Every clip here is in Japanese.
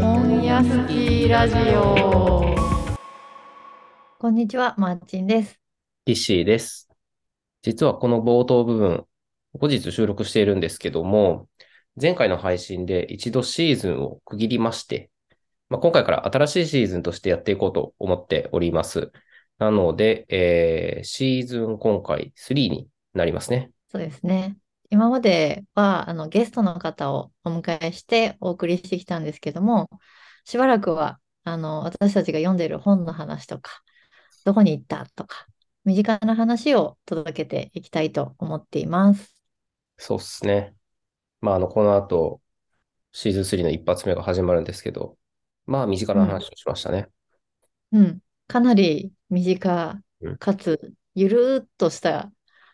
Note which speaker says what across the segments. Speaker 1: 本屋スキーラジオ。
Speaker 2: こんにちは、マーチンです。
Speaker 3: キッシーです。実はこの冒頭部分、後日収録しているんですけども、前回の配信で一度シーズンを区切りまして、まあ、今回から新しいシーズンとしてやっていこうと思っております。なので、えーシーズン今回3になりますね。
Speaker 2: そうですね。今まではあのゲストの方をお迎えしてお送りしてきたんですけども、しばらくはあの私たちが読んでいる本の話とか、どこに行ったとか、身近な話を届けていきたいと思っています。
Speaker 3: そうっすね。まあ、あの、この後、シーズン3の一発目が始まるんですけど、まあ、身近な話をしましたね。
Speaker 2: うん、かなり身近かつゆるーっとした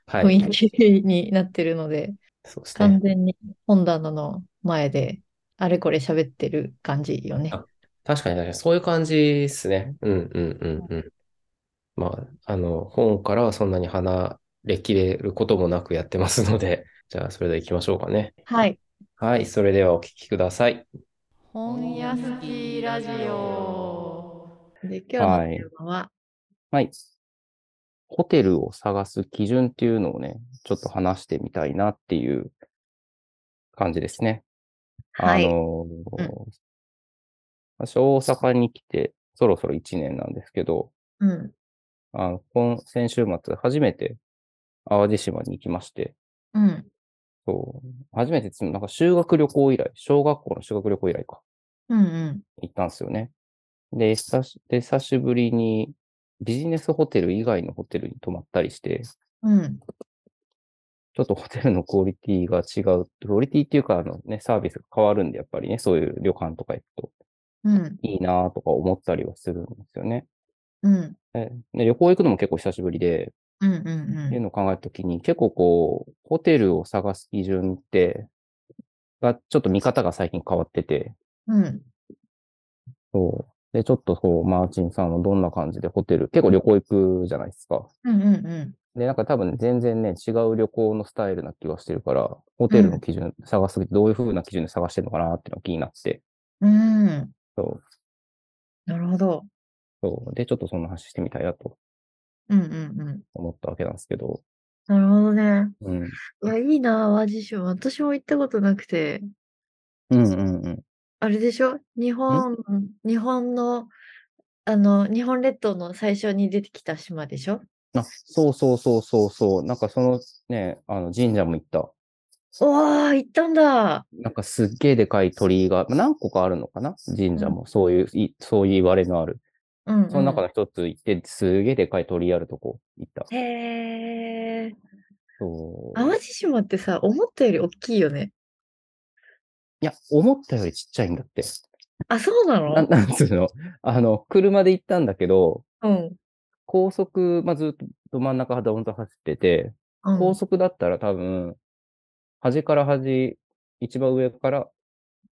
Speaker 3: は
Speaker 2: 雰
Speaker 3: い。
Speaker 2: 囲気になってるので、
Speaker 3: そうですね
Speaker 2: 完。全に本棚の前であれこれ喋ってる感じよね。
Speaker 3: 確かに、確かに、そういう感じですね。うん、うん、うん、うん。まあ、あの、本からはそんなに離れきれることもなくやってますので、 じゃあ、それで行きましょうかね。
Speaker 2: はい。
Speaker 3: はい、それではお聞きください。
Speaker 1: 本屋スキーラジオ。
Speaker 2: で、今日の
Speaker 3: はい
Speaker 2: テーマは、
Speaker 3: はい。ホテルを探す基準っていうのをね、ちょっと話してみたいなっていう感じですね。
Speaker 2: はい
Speaker 3: あの
Speaker 2: う
Speaker 3: ー
Speaker 2: ん
Speaker 3: 私、大阪に来て、そろそろ1年なんですけど、
Speaker 2: うん、
Speaker 3: あの、今、先週末、初めて淡路島に行きまして、
Speaker 2: うん、
Speaker 3: そう、初めてつ、なんか修学旅行以来、小学校の修学旅行以来か、
Speaker 2: うん、うん、
Speaker 3: 行ったんですよね。で、久し、で久しぶりにビジネスホテル以外のホテルに泊まったりして、
Speaker 2: うん、
Speaker 3: ちょっとホテルのクオリティが違う、クオリティっていうか、あのね、サービスが変わるんで、やっぱりね、そういう旅館とか行くと
Speaker 2: うん、
Speaker 3: いいなとか思ったりはするんですよね。
Speaker 2: うん、
Speaker 3: でで旅行行くのも結構久しぶりで、
Speaker 2: うん、、
Speaker 3: っていううんのを考えたときに、結構こう、ホテルを探す基準って、が、ちょっと見方が最近変わってて、
Speaker 2: うん、
Speaker 3: そう。で、ちょっとこう、マーチンさんはどんな感じでホテル、結構旅行行くじゃないですか。
Speaker 2: うん、うん、うん、
Speaker 3: で、なんか多分ね全然ね、違う旅行のスタイルな気がしてるから、ホテルの基準、探すときどういう風な基準で探してるのかなっていうのが気になって、
Speaker 2: うん、
Speaker 3: そう。
Speaker 2: なるほど。
Speaker 3: そう。で、ちょっとそんな話してみたいなと
Speaker 2: うん、うん、うん。
Speaker 3: 思ったわけなんですけど、
Speaker 2: なるほどね。
Speaker 3: うん。
Speaker 2: いや、いいな、淡路島。私も行ったことなくて、
Speaker 3: うんうんうん。
Speaker 2: あれでしょ日本、日本の、あの、日本列島の最初に出てきた島でしょ
Speaker 3: あ、そうそうそうそうそう。なんかそのね、あの神社も行った。
Speaker 2: おー、行ったんだ。
Speaker 3: なんかすっげえでかい鳥居が、まあ何個かあるのかな神社も、そういう、いそういう言われのある。
Speaker 2: うん、
Speaker 3: その中
Speaker 2: う
Speaker 3: の一つ行って、すげえでかい鳥居あるとこ行った。
Speaker 2: ん。へー。
Speaker 3: そう。
Speaker 2: 淡路島ってさ、思ったより大きいよね。
Speaker 3: いや、思ったよりちっちゃいんだって。
Speaker 2: あ、そうなの
Speaker 3: な なんつうのあの、車で行ったんだけど、
Speaker 2: うん。
Speaker 3: 高速、まあ、ずっとど真ん中ドーンと走ってて、
Speaker 2: うん
Speaker 3: 高速だったら多分、端から端、一番上から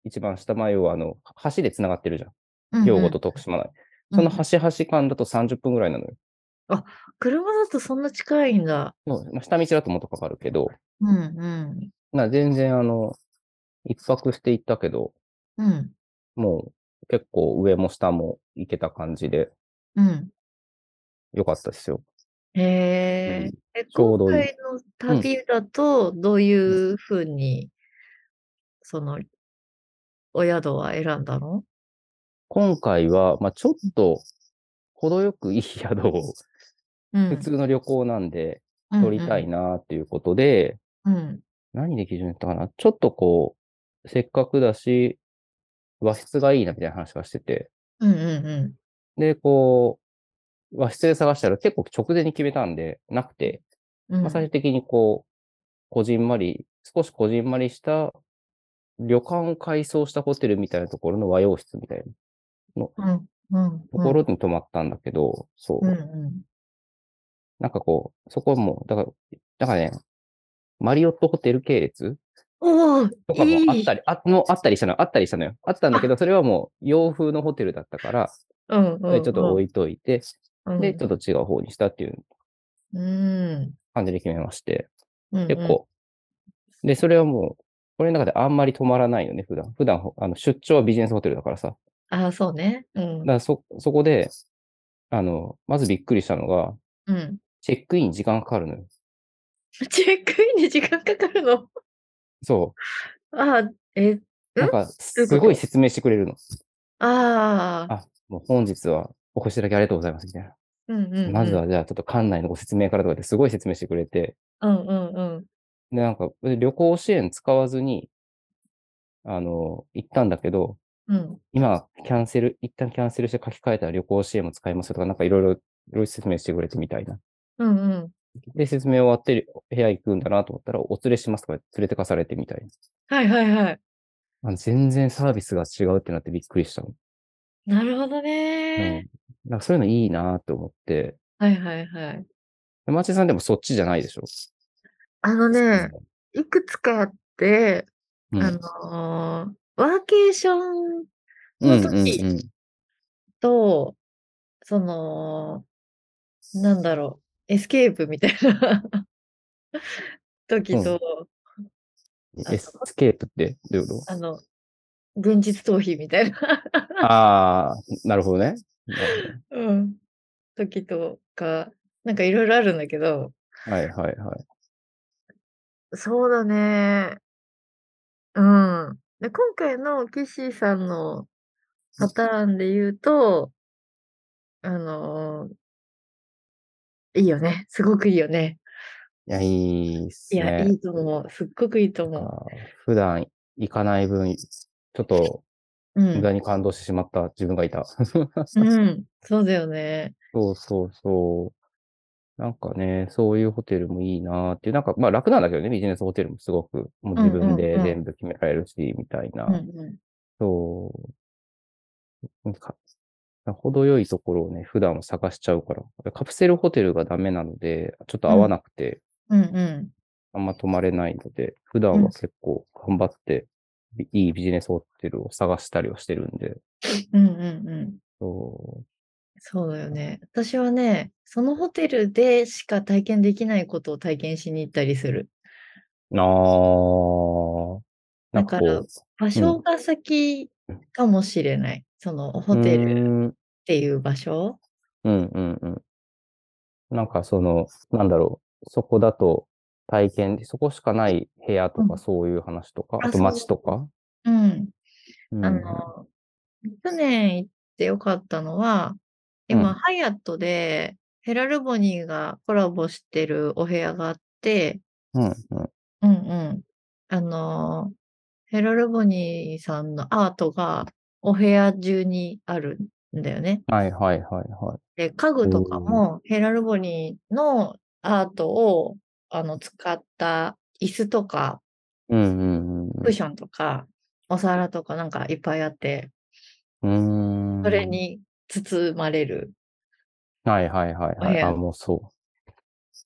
Speaker 3: 一番下前をあの、橋で繋がってるじゃん。兵庫と徳島内。
Speaker 2: うんうん、
Speaker 3: その端々間だと30分ぐらいなのよ。
Speaker 2: 車だとそんな近いんだ。
Speaker 3: そうまあ、下道だともっとかかるけど、
Speaker 2: うんうん。
Speaker 3: な全然あの、一泊して行ったけど、
Speaker 2: うん
Speaker 3: もう結構上も下も行けた感じで
Speaker 2: うん。
Speaker 3: 良かったですよ。
Speaker 2: へえ
Speaker 3: うん。
Speaker 2: え、
Speaker 3: ちょうど
Speaker 2: 今
Speaker 3: いい
Speaker 2: 回の旅だと、どういうふうに、その、お宿は選んだの
Speaker 3: 今回は、まあ、ちょっと程よくいい宿を
Speaker 2: うん
Speaker 3: 普通の旅行なんで
Speaker 2: うん
Speaker 3: 取りたいなっていうことで、
Speaker 2: うん。うん
Speaker 3: 何で基準だったかなちょっとこう、せっかくだし、和室がいいなみたいな話はしてて、
Speaker 2: うんう
Speaker 3: で、こう、和室で探したら結構直前に決めたんで、なくて、
Speaker 2: んうん。
Speaker 3: まあ、最終的にこう、こじんまり、少しこじんまりした旅館を改装したホテルみたいなところの和洋室みたいな
Speaker 2: うんうん。
Speaker 3: ところに泊まったんだけど、そうう、
Speaker 2: んうん。
Speaker 3: なんかこう、そこはもう、だから、だからね、マリオットホテル系列
Speaker 2: おお、
Speaker 3: とかもあ
Speaker 2: い
Speaker 3: っ
Speaker 2: い
Speaker 3: た。り、あもうあったりしたのよ。あったりしたのよ。あったんだけど、それはもう洋風のホテルだったから、
Speaker 2: うん
Speaker 3: そ
Speaker 2: うんう
Speaker 3: れ
Speaker 2: ん。
Speaker 3: ちょっと置いといて、
Speaker 2: うん
Speaker 3: で、ちょっと違う方にしたっていう。
Speaker 2: うん。
Speaker 3: 感じで決めまして、
Speaker 2: うんうん
Speaker 3: 結構。で、それはもう、これの中であんまり止まらないよね、普段。普段、ほあの出張はビジネスホテルだからさ。
Speaker 2: ああ、そうね。うん
Speaker 3: だ。からそ、そこで、あの、まずびっくりしたのが、
Speaker 2: うん。
Speaker 3: チェックイン時間かかるのよ。
Speaker 2: チェックインに時間かかるの。
Speaker 3: そ
Speaker 2: ああ、え、
Speaker 3: う。なんか、すごい説明してくれるの。
Speaker 2: ああ。
Speaker 3: あ、もう本日はお越しいただきありがとうございます、みたいな。
Speaker 2: うんうん、うん。
Speaker 3: まずはじゃあ、ちょっと館内のご説明からとかですごい説明してくれて、
Speaker 2: うんうんうん。
Speaker 3: で、なんか、で旅行支援使わずに、あの、行ったんだけど、
Speaker 2: うん。
Speaker 3: 今、キャンセル、一旦キャンセルして書き換えたら旅行支援も使いますよとか、なんかいろいろ、いろいろ説明してくれてみたいな。
Speaker 2: うんうん。
Speaker 3: で、説明終わって部屋行くんだなと思ったら、お連れしますとか連れてかされてみたい
Speaker 2: はいはいはい。
Speaker 3: な。あ全然サービスが違うってなってびっくりしたの。
Speaker 2: なるほど
Speaker 3: うん
Speaker 2: ね。。
Speaker 3: なんかそういうのいいなと思って。
Speaker 2: はいはいはい。
Speaker 3: でマーチンさんでもそっちじゃないでしょ
Speaker 2: あのね、いくつかあって、
Speaker 3: うん。
Speaker 2: あのーワーケーション
Speaker 3: うん
Speaker 2: その時
Speaker 3: うんうん
Speaker 2: と、その、なんだろう、エスケープみたいな 時と、
Speaker 3: エスケープってどういうこ
Speaker 2: あの、現実逃避みたいな、
Speaker 3: とああ、なるほどね。なる
Speaker 2: うん、時とか、なんかいろいろあるんだけど、
Speaker 3: ほどはいはいはい。
Speaker 2: そうだね。うん。で、今回のキッシーさんのパターンで言うと、あのーいいよね。すごくいいよね。
Speaker 3: いや、いいっす
Speaker 2: い
Speaker 3: ね。
Speaker 2: や、いいと思う。すっごくいいと思
Speaker 3: あー普段行かない分、ちょっと
Speaker 2: う。う
Speaker 3: 無
Speaker 2: ん。
Speaker 3: 駄に感動してしまった自分がいた。
Speaker 2: うん。そうだよね。
Speaker 3: そうそうそう。なんかね、そういうホテルもいいなーっていう、なんかまあ楽なんだけどね、ビジネスホテルもすごく、もう自分
Speaker 2: うん
Speaker 3: で
Speaker 2: うんうん
Speaker 3: 全部決められるし、みたいな。
Speaker 2: うんう
Speaker 3: そう。なんか、程よいところをね、普段は探しちゃうから。カプセルホテルがダメなので、ちょっと合わなくて、
Speaker 2: ん。うんうん。
Speaker 3: あんま泊まれないので、普段
Speaker 2: うん
Speaker 3: は結構頑張って、いいいビジネスホテルを探したりはしてるんで、
Speaker 2: うんうんうん。
Speaker 3: そう。
Speaker 2: そうだよね。私はね、そのホテルでしか体験できないことを体験しに行ったりする。
Speaker 3: あー。なんかこ
Speaker 2: だから
Speaker 3: う、
Speaker 2: 場所が先かもしれない。そのホテル。
Speaker 3: ル。
Speaker 2: っていう場所
Speaker 3: うんうんうん。なんかその、なんだろう、そこだと体験で、そこしかない部屋と
Speaker 2: う
Speaker 3: か
Speaker 2: ん
Speaker 3: そういう話とか、
Speaker 2: あ
Speaker 3: あ
Speaker 2: そ
Speaker 3: と
Speaker 2: う
Speaker 3: 街とか。
Speaker 2: うん。
Speaker 3: うん
Speaker 2: あの、去年行ってよかったのは、今、
Speaker 3: うん
Speaker 2: ハイアットでヘラルボニーがコラボしてるお部屋があって、
Speaker 3: うんうん
Speaker 2: うんうん。あの、ヘラルボニーさんのアートがお部屋中にあるんだよね。
Speaker 3: はいはいはいはい。
Speaker 2: で、家具とか
Speaker 3: うん
Speaker 2: もヘラルボニーのアートをあの使った椅子とか
Speaker 3: うんうんうん
Speaker 2: クッションとかお皿とかなんかいっぱいあって、
Speaker 3: うん。うーん
Speaker 2: それ。に包まれる。
Speaker 3: はいはいはい
Speaker 2: お部
Speaker 3: はい。
Speaker 2: 屋
Speaker 3: あ、もうそ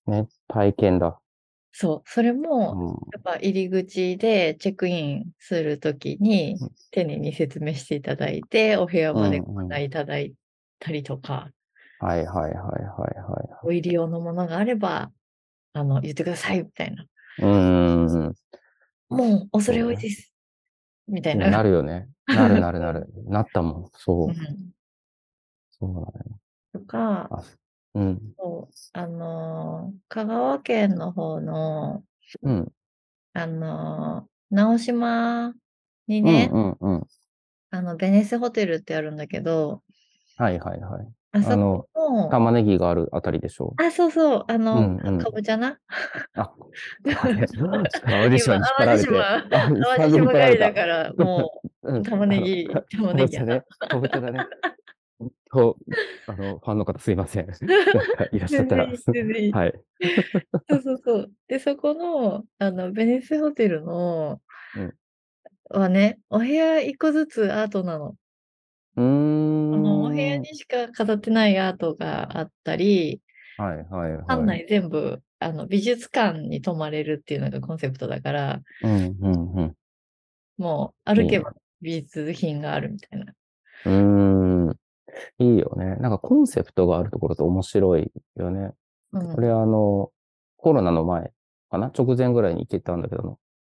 Speaker 3: う。ね、体験だ。
Speaker 2: そう、それ
Speaker 3: う
Speaker 2: も、
Speaker 3: ん
Speaker 2: やっぱ入り口でチェックインするときに、丁寧に説明していただいて、お部屋までご案内いただいたりとか、
Speaker 3: はいはいはいはいはい。
Speaker 2: お入り用のものがあれば、あの、言ってください、みたいな。
Speaker 3: うんうんうん。
Speaker 2: もう、恐れ多いです。みたいな。
Speaker 3: なるよね。なるなる なる。なったもん。そうう。
Speaker 2: ん
Speaker 3: そうなのよ。
Speaker 2: とか、
Speaker 3: うん。
Speaker 2: そうあのー、香川県の方の、
Speaker 3: うん。
Speaker 2: あのー、直島に
Speaker 3: うん
Speaker 2: ね、
Speaker 3: うんうん。
Speaker 2: あの、ベネスホテルってあるんだけど、
Speaker 3: はいはいはい。
Speaker 2: あそ
Speaker 3: あ
Speaker 2: こ
Speaker 3: の、
Speaker 2: も、
Speaker 3: 玉ねぎがあるあたりで しょ
Speaker 2: あ、そうそう、あの、
Speaker 3: うんうん
Speaker 2: かぼちゃな。
Speaker 3: あう。
Speaker 2: 今
Speaker 3: 淡路島に引っ張ら
Speaker 2: 淡
Speaker 3: れ
Speaker 2: 路
Speaker 3: て。
Speaker 2: 島、
Speaker 3: あ。
Speaker 2: 淡路島帰りだからら、も
Speaker 3: う
Speaker 2: う、
Speaker 3: ん
Speaker 2: 玉ねぎ、
Speaker 3: あ
Speaker 2: 玉
Speaker 3: の
Speaker 2: ね
Speaker 3: かぼ
Speaker 2: ぎ
Speaker 3: ち
Speaker 2: や
Speaker 3: ゃ
Speaker 2: な。
Speaker 3: ね。かぼちゃだね。と、あの、ファンの方すいま せん。なんかいらっしゃっ
Speaker 2: 全
Speaker 3: たら
Speaker 2: 然いい、。全 然いい。
Speaker 3: はい。
Speaker 2: そうそうそう。で、そこの、あの、ベネスホテルの、はね、お部屋一個ずつアートなの。
Speaker 3: う
Speaker 2: あ
Speaker 3: ーん。
Speaker 2: の、お部屋にしか飾ってないアートがあったり、
Speaker 3: はいはいはい。
Speaker 2: 館内全部、あの、美術館に泊まれるっていうのがコンセプトだから、
Speaker 3: うんうんうん。
Speaker 2: もう、歩けば美術品があるみたいな。
Speaker 3: うーん。いいよね。なんかコンセプトがあるところって面白いよね。
Speaker 2: うん
Speaker 3: 俺、あの、コロナの前かな直前ぐらいに行けたんだけども、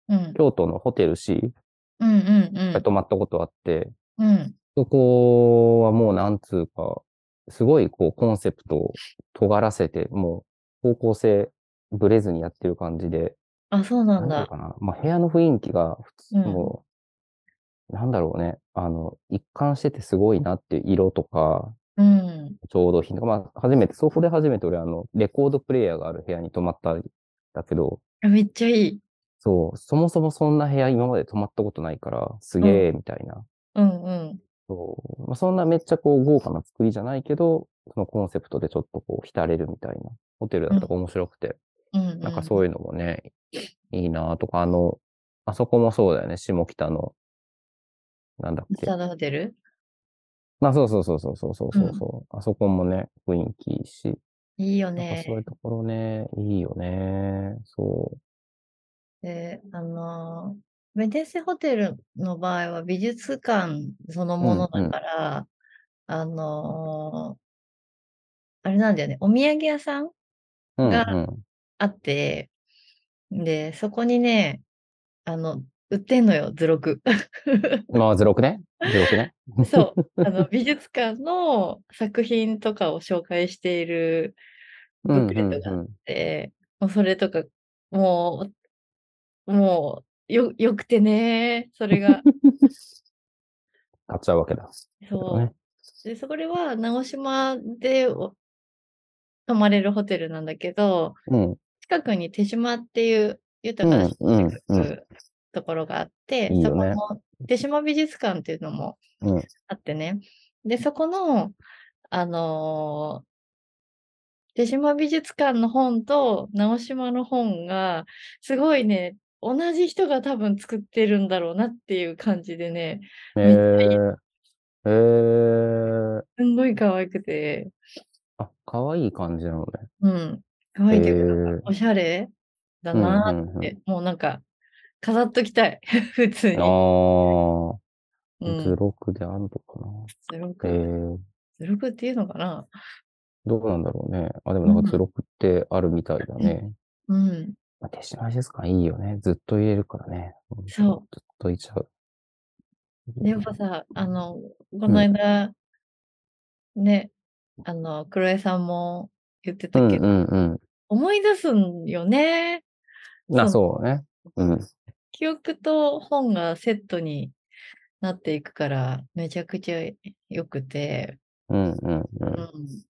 Speaker 2: うん。
Speaker 3: 京都のホテル C
Speaker 2: うんうんうん。
Speaker 3: 泊まったことあって、
Speaker 2: うん。
Speaker 3: そこはもうなんつうか、すごいこうコンセプトを尖らせて、もう方向性ぶれずにやってる感じで、
Speaker 2: あ、そうなん
Speaker 3: なん
Speaker 2: だ
Speaker 3: て。いうかな。まあ、部屋の雰囲気が、普通
Speaker 2: うん
Speaker 3: もう、なんだろうね。あの、一貫しててすごいなっていう色とか、
Speaker 2: うん。
Speaker 3: 調度品とか、まあ、初めて、そこで初めて俺、あの、レコードプレイヤーがある部屋に泊まったんだけど、
Speaker 2: あめっちゃいい。
Speaker 3: そう、そもそもそんな部屋今まで泊まったことないから、すげえ、みたいな。
Speaker 2: うんうん。
Speaker 3: そう。まあ、そんなめっちゃこう豪華な作りじゃないけど、そのコンセプトでちょっとこう浸れるみたいな。ホテルだったら面白くて、
Speaker 2: うんうん。
Speaker 3: なんかそういうのもね、いいなとか、あの、あそこもそうだよね、下北の、なんだっけ。
Speaker 2: スターホテル
Speaker 3: まあそうそうそうそうそうそうそううそう、あそこもね、雰囲気いいし、
Speaker 2: いいよ
Speaker 3: なんか
Speaker 2: ね
Speaker 3: そう。いうところね、いいよね。そう。
Speaker 2: で、あのー、ベネッセホテルの場合は美術館そのもの
Speaker 3: うんう
Speaker 2: だ
Speaker 3: ん
Speaker 2: から、あのーあれなんだよね、お土産屋さん
Speaker 3: うん、う
Speaker 2: が
Speaker 3: ん。
Speaker 2: あって、で、そこにね、あの、売ってんのよ、図 録。
Speaker 3: まあ、図録ね。図 録ね。
Speaker 2: そう、あの、美術館の作品とかを紹介している
Speaker 3: う
Speaker 2: ブ
Speaker 3: ん、
Speaker 2: ッ
Speaker 3: う
Speaker 2: クレット
Speaker 3: ん、
Speaker 2: が
Speaker 3: う
Speaker 2: あっ
Speaker 3: ん。
Speaker 2: て、もうそれとか、もう、もう、よ、よくてね、それが。
Speaker 3: 買っちゃうわけだ。
Speaker 2: そう。
Speaker 3: ね。
Speaker 2: で、それは直島でお泊まれるホテルなんだけど、
Speaker 3: うん、
Speaker 2: 近くに手島っていう豊
Speaker 3: う
Speaker 2: かなん自、
Speaker 3: うん、う
Speaker 2: 然
Speaker 3: ん。
Speaker 2: がところがあって、
Speaker 3: いい
Speaker 2: そ
Speaker 3: よ
Speaker 2: こ
Speaker 3: ね
Speaker 2: の手島美術館っていうのも
Speaker 3: うん
Speaker 2: あってね。で、そこの、あのー手島美術館の本と直島の本が、すごいね、同じ人が多分作ってるんだろうなっていう感じでね、め
Speaker 3: え
Speaker 2: っちゃいい
Speaker 3: ー、えー、
Speaker 2: すんごい可愛くて、
Speaker 3: あ、可愛い感じなのね。
Speaker 2: うん。可愛いと
Speaker 3: え
Speaker 2: いうか、
Speaker 3: ー
Speaker 2: おしゃれだなー
Speaker 3: うん
Speaker 2: っ
Speaker 3: うん
Speaker 2: て、もうなんか、飾っときたい。 普通に。
Speaker 3: あ
Speaker 2: う
Speaker 3: あ、
Speaker 2: ん
Speaker 3: 図録であるのか
Speaker 2: ズロ
Speaker 3: な。え
Speaker 2: ク。
Speaker 3: ー、
Speaker 2: ズロクっていうのかな
Speaker 3: どうなんだろうね。あ、でもなんか図録ってあるみたいだね。
Speaker 2: うん。
Speaker 3: まあ、手島ですかいいよね。ずっと入れるからね。。
Speaker 2: そう
Speaker 3: ずっといちゃう。
Speaker 2: で、やっぱさ、あの、この間、ね、あの、黒江さんも言って
Speaker 3: う
Speaker 2: た
Speaker 3: ん
Speaker 2: け
Speaker 3: う
Speaker 2: ど、
Speaker 3: んうん。
Speaker 2: 思い出すんよね。
Speaker 3: あ、
Speaker 2: そ
Speaker 3: そうね。うん。
Speaker 2: 記憶と本がセットになっていくから、めちゃくちゃ良くて、
Speaker 3: うんうん
Speaker 2: う
Speaker 3: うん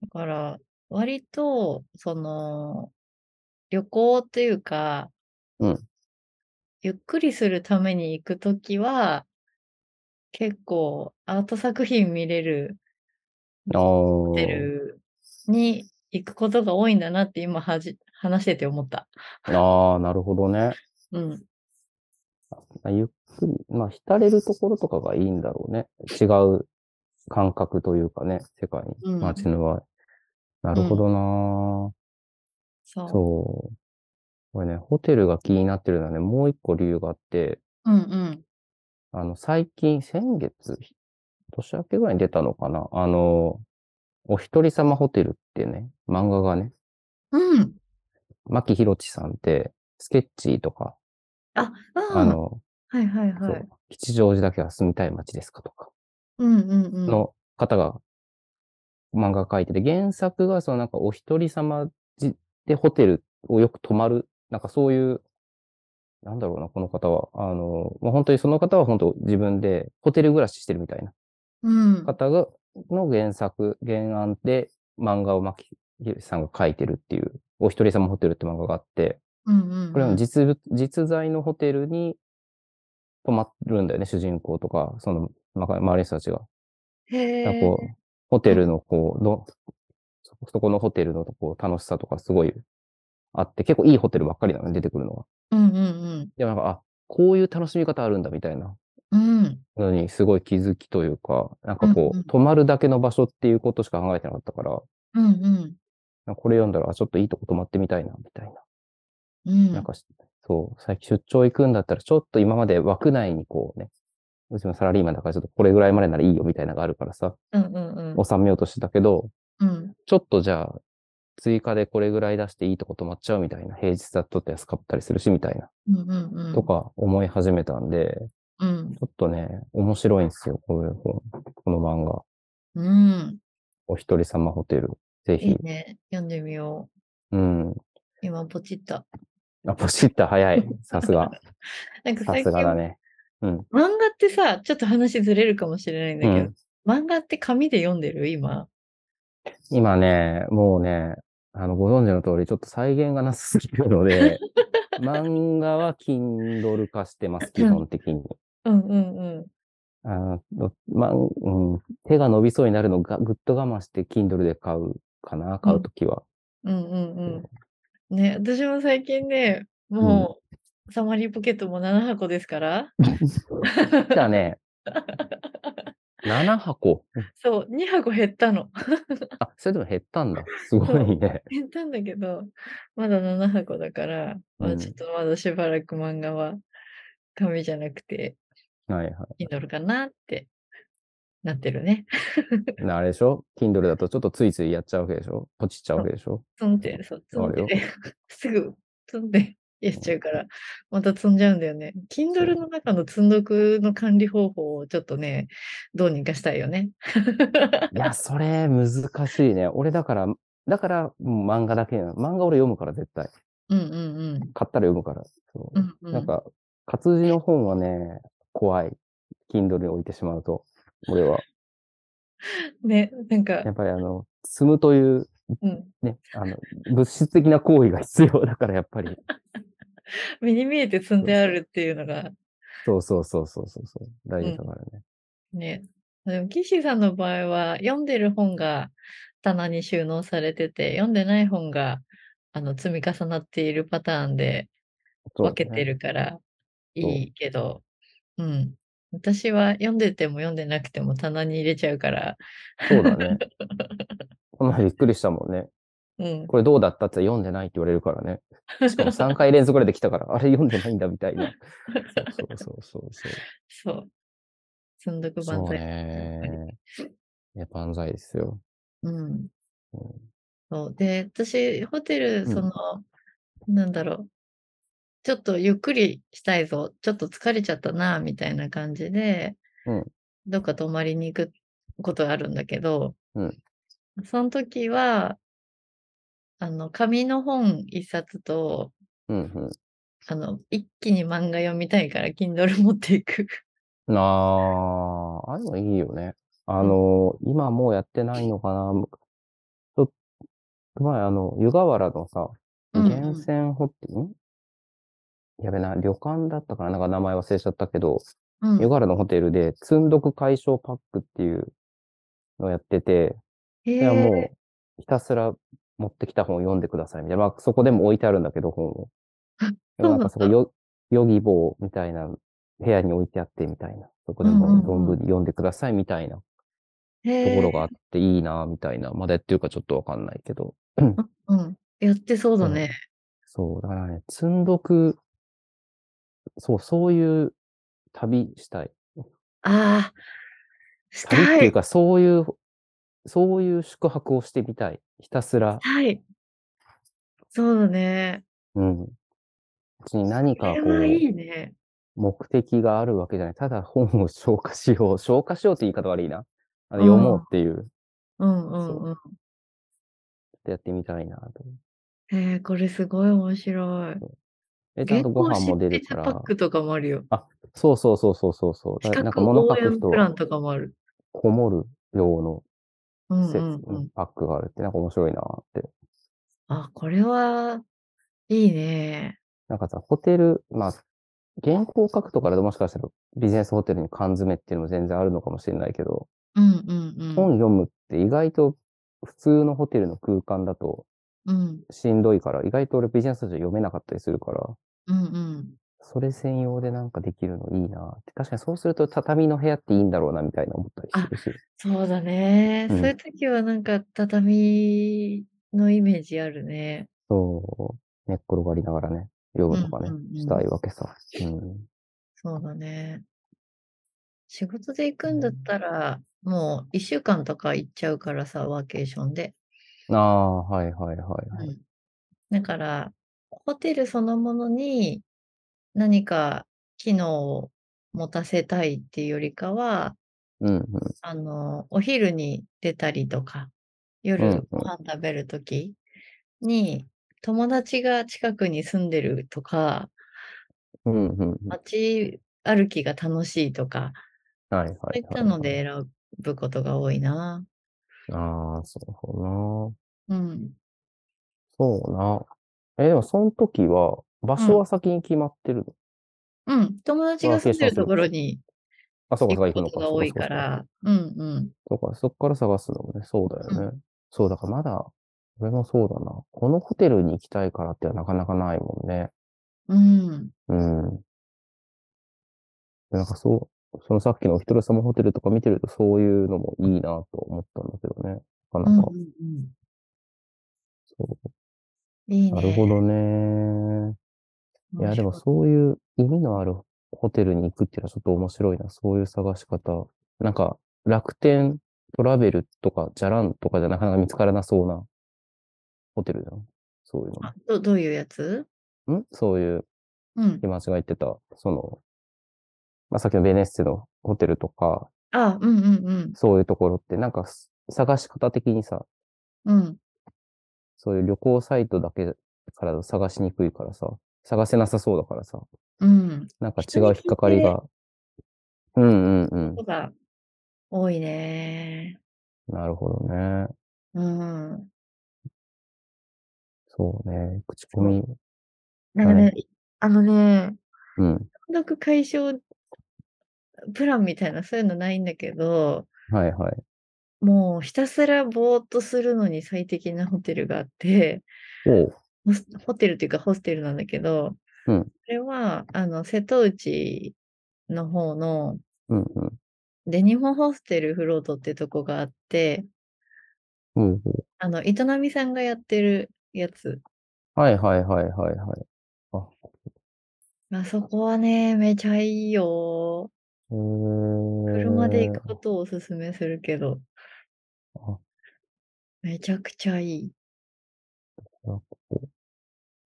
Speaker 2: だから、割と、その、旅行というか、
Speaker 3: うん
Speaker 2: ゆっくりするために行くときは、結構アート作品見れる
Speaker 3: ん。ホ
Speaker 2: ホテルに行くことが多いんだなって今はじ話してて思った。
Speaker 3: ああ、なるほどね。
Speaker 2: うん。
Speaker 3: あゆっくり、まあ、浸れるところとかがいいんだろうね。違う感覚というかね、世界
Speaker 2: う
Speaker 3: に、
Speaker 2: ん
Speaker 3: 街の場合。なるほどなー
Speaker 2: そう。
Speaker 3: そう。これね、ホテルが気になってるのはね、もう一個理由があって、
Speaker 2: うんうん。
Speaker 3: あの、最近、先月、年明けぐらいに出たのかなあの、お一人様ホテルってね、漫画がね、
Speaker 2: うん。
Speaker 3: 牧博地さんって、スケッチーとか、
Speaker 2: あ、
Speaker 3: あ
Speaker 2: うん。
Speaker 3: の、
Speaker 2: はいはい
Speaker 3: そ
Speaker 2: はい。
Speaker 3: う吉祥寺だけは住みたい街ですかとか、
Speaker 2: うんうんうん。
Speaker 3: の方が漫画描いてて、原作がそのなんかお一人様じでホテルをよく泊まる、なんかそういう、なんだろうな、この方は。あの、まあ、本当にその方は本当自分でホテル暮らししてるみたいな
Speaker 2: うん。
Speaker 3: 方が、の原作、原案で漫画を牧弘さんが描いてるっていう、お一人様ホテルって漫画があって、
Speaker 2: うんうんうん。
Speaker 3: これは実物、実在のホテルに泊まるんだよね、主人公とか、その、ま周りの人たちが。
Speaker 2: へ
Speaker 3: なんか
Speaker 2: ー
Speaker 3: こう、ホテルのこう、の、そそこのホテルのこう楽しさとかすごいあって、結構いいホテルばっかりなのね、出てくるのは。
Speaker 2: うんうん
Speaker 3: でもなんか、あ、こういう楽しみ方あるんだみたいな
Speaker 2: うん。うん。
Speaker 3: のにすごい気づきというか、なんかこ
Speaker 2: うんうん
Speaker 3: う、泊まるだけの場所っていうことしか考えてなかったから、
Speaker 2: うん
Speaker 3: なんかこれ読んだら、あちょっといいとこ泊まってみたいな、みたいな。
Speaker 2: うん。うん。
Speaker 3: なんかし、そう、最近出張行くんだったら、ちょっと今まで枠内にこうね、うちのサラリーマンだからちょっとこれぐらいまでならいいよみたいなのがあるからさ、
Speaker 2: うんうんうん。
Speaker 3: 収めようとしてたけど、
Speaker 2: うん
Speaker 3: ちょっとじゃあ、追加でこれぐらい出していいとこ止まっちゃうみたいな、平日だとって安かったりするしみたいな、
Speaker 2: うんうんうん。
Speaker 3: とか思い始めたんで、
Speaker 2: うん。
Speaker 3: ちょっとね、面白いんですよ、この本、この漫画。
Speaker 2: うん。
Speaker 3: お一人様ホテル。ぜ
Speaker 2: い
Speaker 3: ひ
Speaker 2: い。ね。読んでみよう。
Speaker 3: うん。
Speaker 2: 今、ポチった。
Speaker 3: あ、ポチった、早い。さ すが。
Speaker 2: なんか
Speaker 3: さ
Speaker 2: 最
Speaker 3: す
Speaker 2: 近、
Speaker 3: がだ
Speaker 2: 漫
Speaker 3: ね。
Speaker 2: 画ってさ、ちょっと話ずれるかもしれないんだ
Speaker 3: う
Speaker 2: け
Speaker 3: ん
Speaker 2: ど、。漫画って紙で読んでる今。
Speaker 3: 今ね、もうね、あの、ご存知の通り、ちょっと再現がなさすぎる ので、漫画は Kindle 化してます、基本的に。
Speaker 2: うんうん
Speaker 3: あのまうん、手が伸びそうになるのがぐっと我慢して Kindle で買うかな、買うときは。
Speaker 2: うん。うんうんうん。ね、私も最近ね、もう、サマリーポケットも7箱ですから、
Speaker 3: 来 たね。7箱。
Speaker 2: そう、2箱減ったの。
Speaker 3: あ、それでも減ったんだ。すごいね。
Speaker 2: 減ったんだけど、まだ7箱だから、ま
Speaker 3: う
Speaker 2: あ、
Speaker 3: ん
Speaker 2: ちょっとまだしばらく漫画は紙じゃなくて、
Speaker 3: はいはい。
Speaker 2: Kindle かなってなってるね。
Speaker 3: なあれでしょ ?Kindle だとちょっとついついやっちゃうわけでしょポチっちゃうわけで しょ
Speaker 2: ツンって、そう、ツン
Speaker 3: わ
Speaker 2: っ
Speaker 3: かるよ
Speaker 2: て、 すぐツンってやっちゃうから、また積んじゃうんだよね。Kindle の中の積んどくの管理方法をちょっとね、どうにかしたいよね。
Speaker 3: いや、それ難しいね。俺だから、だからもう漫画だけなの。漫画俺読むから絶対。
Speaker 2: うんうん
Speaker 3: 買ったら読むから。そ
Speaker 2: うん。うん
Speaker 3: う
Speaker 2: うん、
Speaker 3: なんか、活字の本はね、怖い。Kindle に置いてしまうと。俺は。
Speaker 2: ね、なんか
Speaker 3: や、っぱりあの、積むという、
Speaker 2: うん、
Speaker 3: ね、あの、物質的な行為が必要だから、やっぱり。
Speaker 2: 目に見えて積んであるっていうのが、
Speaker 3: そうそうそうそうそうそう。大事だからね。
Speaker 2: ね。でも、岸さんの場合は、読んでる本が棚に収納されてて、読んでない本があの積み重なっているパターンで
Speaker 3: そう
Speaker 2: 分けて
Speaker 3: ね。
Speaker 2: るからい
Speaker 3: そう
Speaker 2: いけど、うん。私は読んでても読んでなくても棚に入れちゃうから、
Speaker 3: そうだ ね。この前びっくりしたもんね。
Speaker 2: うん。
Speaker 3: これどうだったって読んでないって言われるからね。しかも3回連続ぐらいで来たから、 あれ読んでないんだみたいな。そうそうそう そう
Speaker 2: そう。積んどく
Speaker 3: そう。
Speaker 2: 万
Speaker 3: そう
Speaker 2: 歳。
Speaker 3: ね。いや、万歳ですよ。
Speaker 2: うん
Speaker 3: うん。
Speaker 2: そうで、私、ホテル、
Speaker 3: うん
Speaker 2: その、なんだろう、ちょっとゆっくりしたいぞ、ちょっと疲れちゃったな、みたいな感じで、
Speaker 3: うん
Speaker 2: どっか泊まりに行くことがあるんだけど、
Speaker 3: うん
Speaker 2: その時は、あの、紙の本一冊と、
Speaker 3: うん
Speaker 2: あの、一気に漫画読みたいから、Kindle 持っていく。
Speaker 3: うん。なあ、あれもいいよね。あの、今もうやってないのかな。ちょっと前、あの、湯河原のさ、
Speaker 2: うんうん
Speaker 3: 源泉ホテル、んやべな、旅館だったかななんか名前忘れちゃったけど、
Speaker 2: うん
Speaker 3: 湯河原のホテルで、積んどく解消パックっていうのをやってて、そ
Speaker 2: へ
Speaker 3: れは
Speaker 2: え
Speaker 3: もう、ひたすら持ってきた本を読んでくださいみたいな。まあ、そこでも置いてあるんだけど、本を。でもなんかそ
Speaker 2: そうな
Speaker 3: こ
Speaker 2: ん
Speaker 3: よ、ヨギボーみたいな、部屋に置いてあってみたいな。そこでも
Speaker 2: うんうんうん
Speaker 3: 論文読んでくださいみたいなと
Speaker 2: へ
Speaker 3: ころ
Speaker 2: え
Speaker 3: があっていいな、みたいな。まだやってるかちょっとわかんないけど。
Speaker 2: うん。やってそうだ
Speaker 3: うん
Speaker 2: ね。
Speaker 3: そう、だからね、積んどく、そう、そういう旅したい。
Speaker 2: ああ、し
Speaker 3: 旅ったてい。
Speaker 2: いう
Speaker 3: か、そういう、そういう宿泊をしてみたい。ひたすら。
Speaker 2: はい。そうだね。
Speaker 3: うん。別に何
Speaker 2: こ
Speaker 3: かこ、
Speaker 2: れはいいうね。
Speaker 3: 目的があるわけじゃない。ただ本を消化しよう。 消化しようって言い方悪いな。あの
Speaker 2: うん
Speaker 3: 読もうっていう。
Speaker 2: うんうんうん。
Speaker 3: やってみたいなと。
Speaker 2: えー、これすごい面白い。
Speaker 3: え、ちゃんとご
Speaker 2: 原
Speaker 3: 飯
Speaker 2: 稿
Speaker 3: も出
Speaker 2: 執
Speaker 3: る
Speaker 2: 筆
Speaker 3: か
Speaker 2: パ
Speaker 3: ら
Speaker 2: ッ。クとかもあるよ。
Speaker 3: そうそうそうそうそうそう。だ
Speaker 2: 企
Speaker 3: からなんか
Speaker 2: 画
Speaker 3: 物書
Speaker 2: 応
Speaker 3: く
Speaker 2: 援
Speaker 3: 人
Speaker 2: プランとかもある。
Speaker 3: こもる用の
Speaker 2: うん
Speaker 3: せ
Speaker 2: うんうん。
Speaker 3: パックがあるって、なんか面白いなって。
Speaker 2: あ、これはいいね。
Speaker 3: なんかさ、ホテル、まあ、原稿を書くとかだともしかしたらビジネスホテルに缶詰っていうのも全然あるのかもしれないけど、
Speaker 2: うんうんう
Speaker 3: 本
Speaker 2: ん。
Speaker 3: 読むって意外と普通のホテルの空間だと
Speaker 2: うん
Speaker 3: しんどいから、意外と俺ビジネスホテル読めなかったりするから、
Speaker 2: うんうん。
Speaker 3: それ専用でなんかできるのいいなって。確かにそうすると畳の部屋っていいんだろうなみたいな思ったりするし。
Speaker 2: そうだね。そ
Speaker 3: うん
Speaker 2: ういう時はなんか畳のイメージあるね。
Speaker 3: そう。寝っ転がりながらね、読むとかね、
Speaker 2: うんうんうん
Speaker 3: したいわけさ。うん。
Speaker 2: そうだね。仕事で行くんだったら、もう一週間とか行っちゃうからさ、ワーケーションで。
Speaker 3: ああ、はいはいはいはい。
Speaker 2: だから、ホテルそのものに何か機能を持たせたいっていうよりかは、
Speaker 3: うんうん。
Speaker 2: あの、お昼に出たりとか、
Speaker 3: うんうん
Speaker 2: 夜ご飯食べるときに、友達が近くに住んでるとか、
Speaker 3: うんうんうん。
Speaker 2: 街歩きが楽しいとか、
Speaker 3: はいはいはい。
Speaker 2: そういったので。選ぶことが多いな。
Speaker 3: ああ、そうかな。
Speaker 2: うん。
Speaker 3: そうな。え、でもその時は、場所は先に決まってるの、
Speaker 2: うん。友達が住んでるところに
Speaker 3: あ、そうか、
Speaker 2: 行く
Speaker 3: そうか、行く
Speaker 2: こ
Speaker 3: の
Speaker 2: と
Speaker 3: か。
Speaker 2: が多い
Speaker 3: そう
Speaker 2: か
Speaker 3: か。
Speaker 2: ら、うんうん。
Speaker 3: そうか、そっから探すのもね、そうだよね。そう、だからまだ、俺もそうだな。このホテルに行きたいからってはなかなかないもんね。
Speaker 2: うん。
Speaker 3: うん。でなんかそう、そのさっきのお一人様ホテルとか見てるとそういうのもいいなと思ったんだけどね。な
Speaker 2: う
Speaker 3: か
Speaker 2: んう
Speaker 3: なか。
Speaker 2: んうん
Speaker 3: そ。
Speaker 2: いいう
Speaker 3: な
Speaker 2: ね。
Speaker 3: るほどね。いや、でも
Speaker 2: 面白
Speaker 3: そういう意味のあるホテルに行くっていうのはちょっと面白いな。そういう探し方。なんか、楽天トラベルとか、じゃらんとかじゃなかなか見つからなそうなホテルじゃん。そういうの
Speaker 2: あどどういうやつ
Speaker 3: も。んそういう、
Speaker 2: うん。
Speaker 3: 今違が言ってた、その、まあ、さっきのベネッセのホテルとか、
Speaker 2: あ、うんうん
Speaker 3: そういうところって、なんかす探し方的にさ、
Speaker 2: うん。うん。
Speaker 3: そういう旅行サイトだけからだと探しにくいからさ、探せなさそうだからさ、
Speaker 2: うん。
Speaker 3: なんか違
Speaker 2: 人
Speaker 3: う
Speaker 2: に
Speaker 3: 引っ
Speaker 2: 聞い
Speaker 3: かかり
Speaker 2: て
Speaker 3: が。うんうんうん
Speaker 2: こ。とが多いね。
Speaker 3: なるほどね。
Speaker 2: うん。
Speaker 3: そうね。口コミ。
Speaker 2: なんか
Speaker 3: は
Speaker 2: ね、あのね、
Speaker 3: うん。
Speaker 2: 単独解消プランみたいな、そういうのないんだけど、
Speaker 3: はいはい。
Speaker 2: もうひたすらぼーっとするのに最適なホテルがあって、
Speaker 3: おう。
Speaker 2: ホスホテルっていうかホステルなんだけど、
Speaker 3: うん
Speaker 2: それは、あの、瀬戸内の方の、
Speaker 3: うんうん。
Speaker 2: で、日本ホステルフロートってとこがあって、
Speaker 3: うんうん。
Speaker 2: あの、営みさんがやってるやつ。
Speaker 3: はいはいはいはいはい。
Speaker 2: あそこはね、めちゃいいよ。
Speaker 3: えー、
Speaker 2: 車で行くことをおすすめするけど
Speaker 3: あ。く
Speaker 2: めちゃくちゃいい。
Speaker 3: こ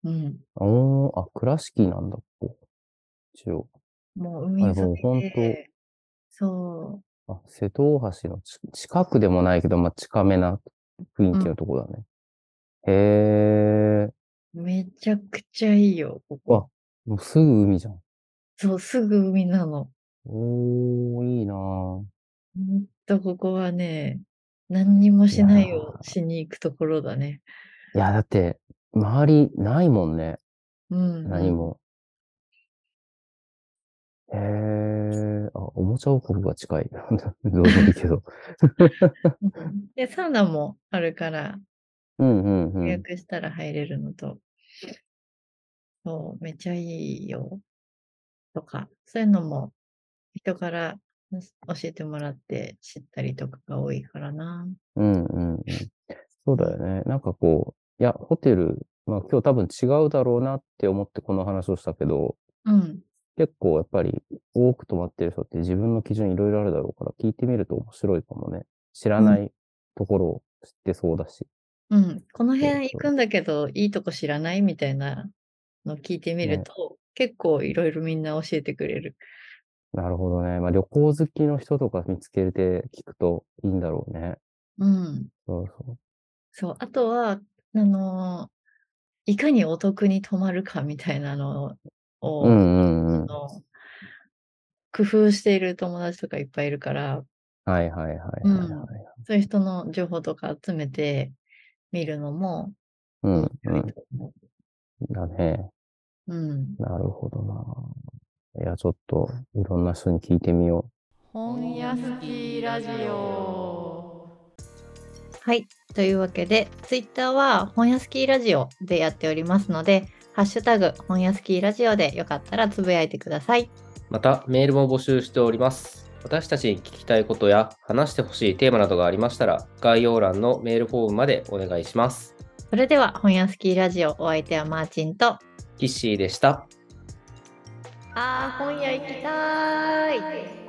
Speaker 2: うん。
Speaker 3: おー、あ、倉敷なんだ、ここ。一応。
Speaker 2: もう海沿
Speaker 3: あでもほん
Speaker 2: い
Speaker 3: と
Speaker 2: で。そ
Speaker 3: あ、瀬戸大橋のち近くでもないけど、まあ、近めな雰囲気
Speaker 2: う
Speaker 3: の
Speaker 2: ん
Speaker 3: とこだね。へえー、
Speaker 2: う。めちゃくちゃいいよ、ここ。
Speaker 3: もうすぐ海じゃん。
Speaker 2: そう、すぐ海なの。
Speaker 3: おー、いいなぁ。
Speaker 2: ほんと、ここはね、何にもしない
Speaker 3: いや
Speaker 2: をしに行くところだね。
Speaker 3: いや、だって、周りないもんね。
Speaker 2: うん。
Speaker 3: 何。も。へえ、あ、おもちゃ王国が近い。 どうでもいいけど。
Speaker 2: で、サウナもあるから、
Speaker 3: うんうんう
Speaker 2: 予
Speaker 3: ん。
Speaker 2: 約したら入れるのと、そう、めちゃいいよ、とか、そういうのも人から教えてもらって知ったりとかが多いからな。
Speaker 3: うんうんうん。そうだよね。なんかこう、いや、ホテル、まあ今日多分違うだろうなって思ってこの話をしたけど、
Speaker 2: うん、
Speaker 3: 結構やっぱり多く泊まってる人って自分の基準いろいろあるだろうから聞いてみると面白いかもね。知らないところを知ってそうだし。
Speaker 2: うん。この
Speaker 3: そう
Speaker 2: 辺行
Speaker 3: そう
Speaker 2: くんだけど、いいとこ知らないみたいなの聞いてみる
Speaker 3: ね
Speaker 2: と、結構いろいろみんな教えてくれる。
Speaker 3: なるほどね。まあ旅行好きの人とか見つけて聞くといいんだろうね。
Speaker 2: うん。
Speaker 3: そうそう。
Speaker 2: そう。あとは、あのーいかにお得に泊まるかみたいなのを、
Speaker 3: うんうんうん。
Speaker 2: の工夫している友達とかいっぱいいるから、
Speaker 3: はいはいはいはい、
Speaker 2: うん
Speaker 3: はい。
Speaker 2: そういう人の情報とか集めて見るのも
Speaker 3: う
Speaker 2: 面
Speaker 3: ん、
Speaker 2: 白
Speaker 3: う
Speaker 2: い
Speaker 3: ん。
Speaker 2: と思
Speaker 3: だね。
Speaker 2: う。うん。
Speaker 3: なるほどな。いや、ちょっと、いろんな人に聞いてみよ
Speaker 1: 本屋好きラジオ
Speaker 2: はい。というわけで、Twitter は本屋スキーラジオでやっておりますので、ハッシュタグ本屋スキーラジオでよかったらつぶやいてください。
Speaker 4: また、メールも募集しております。私たちに聞きたいことや話してほしいテーマなどがありましたら、概要欄のメールフォームまでお願いします。
Speaker 2: それでは本屋スキーラジオお相手はマーチンと、
Speaker 4: キッシーでした。
Speaker 2: あー、本屋行きたーい。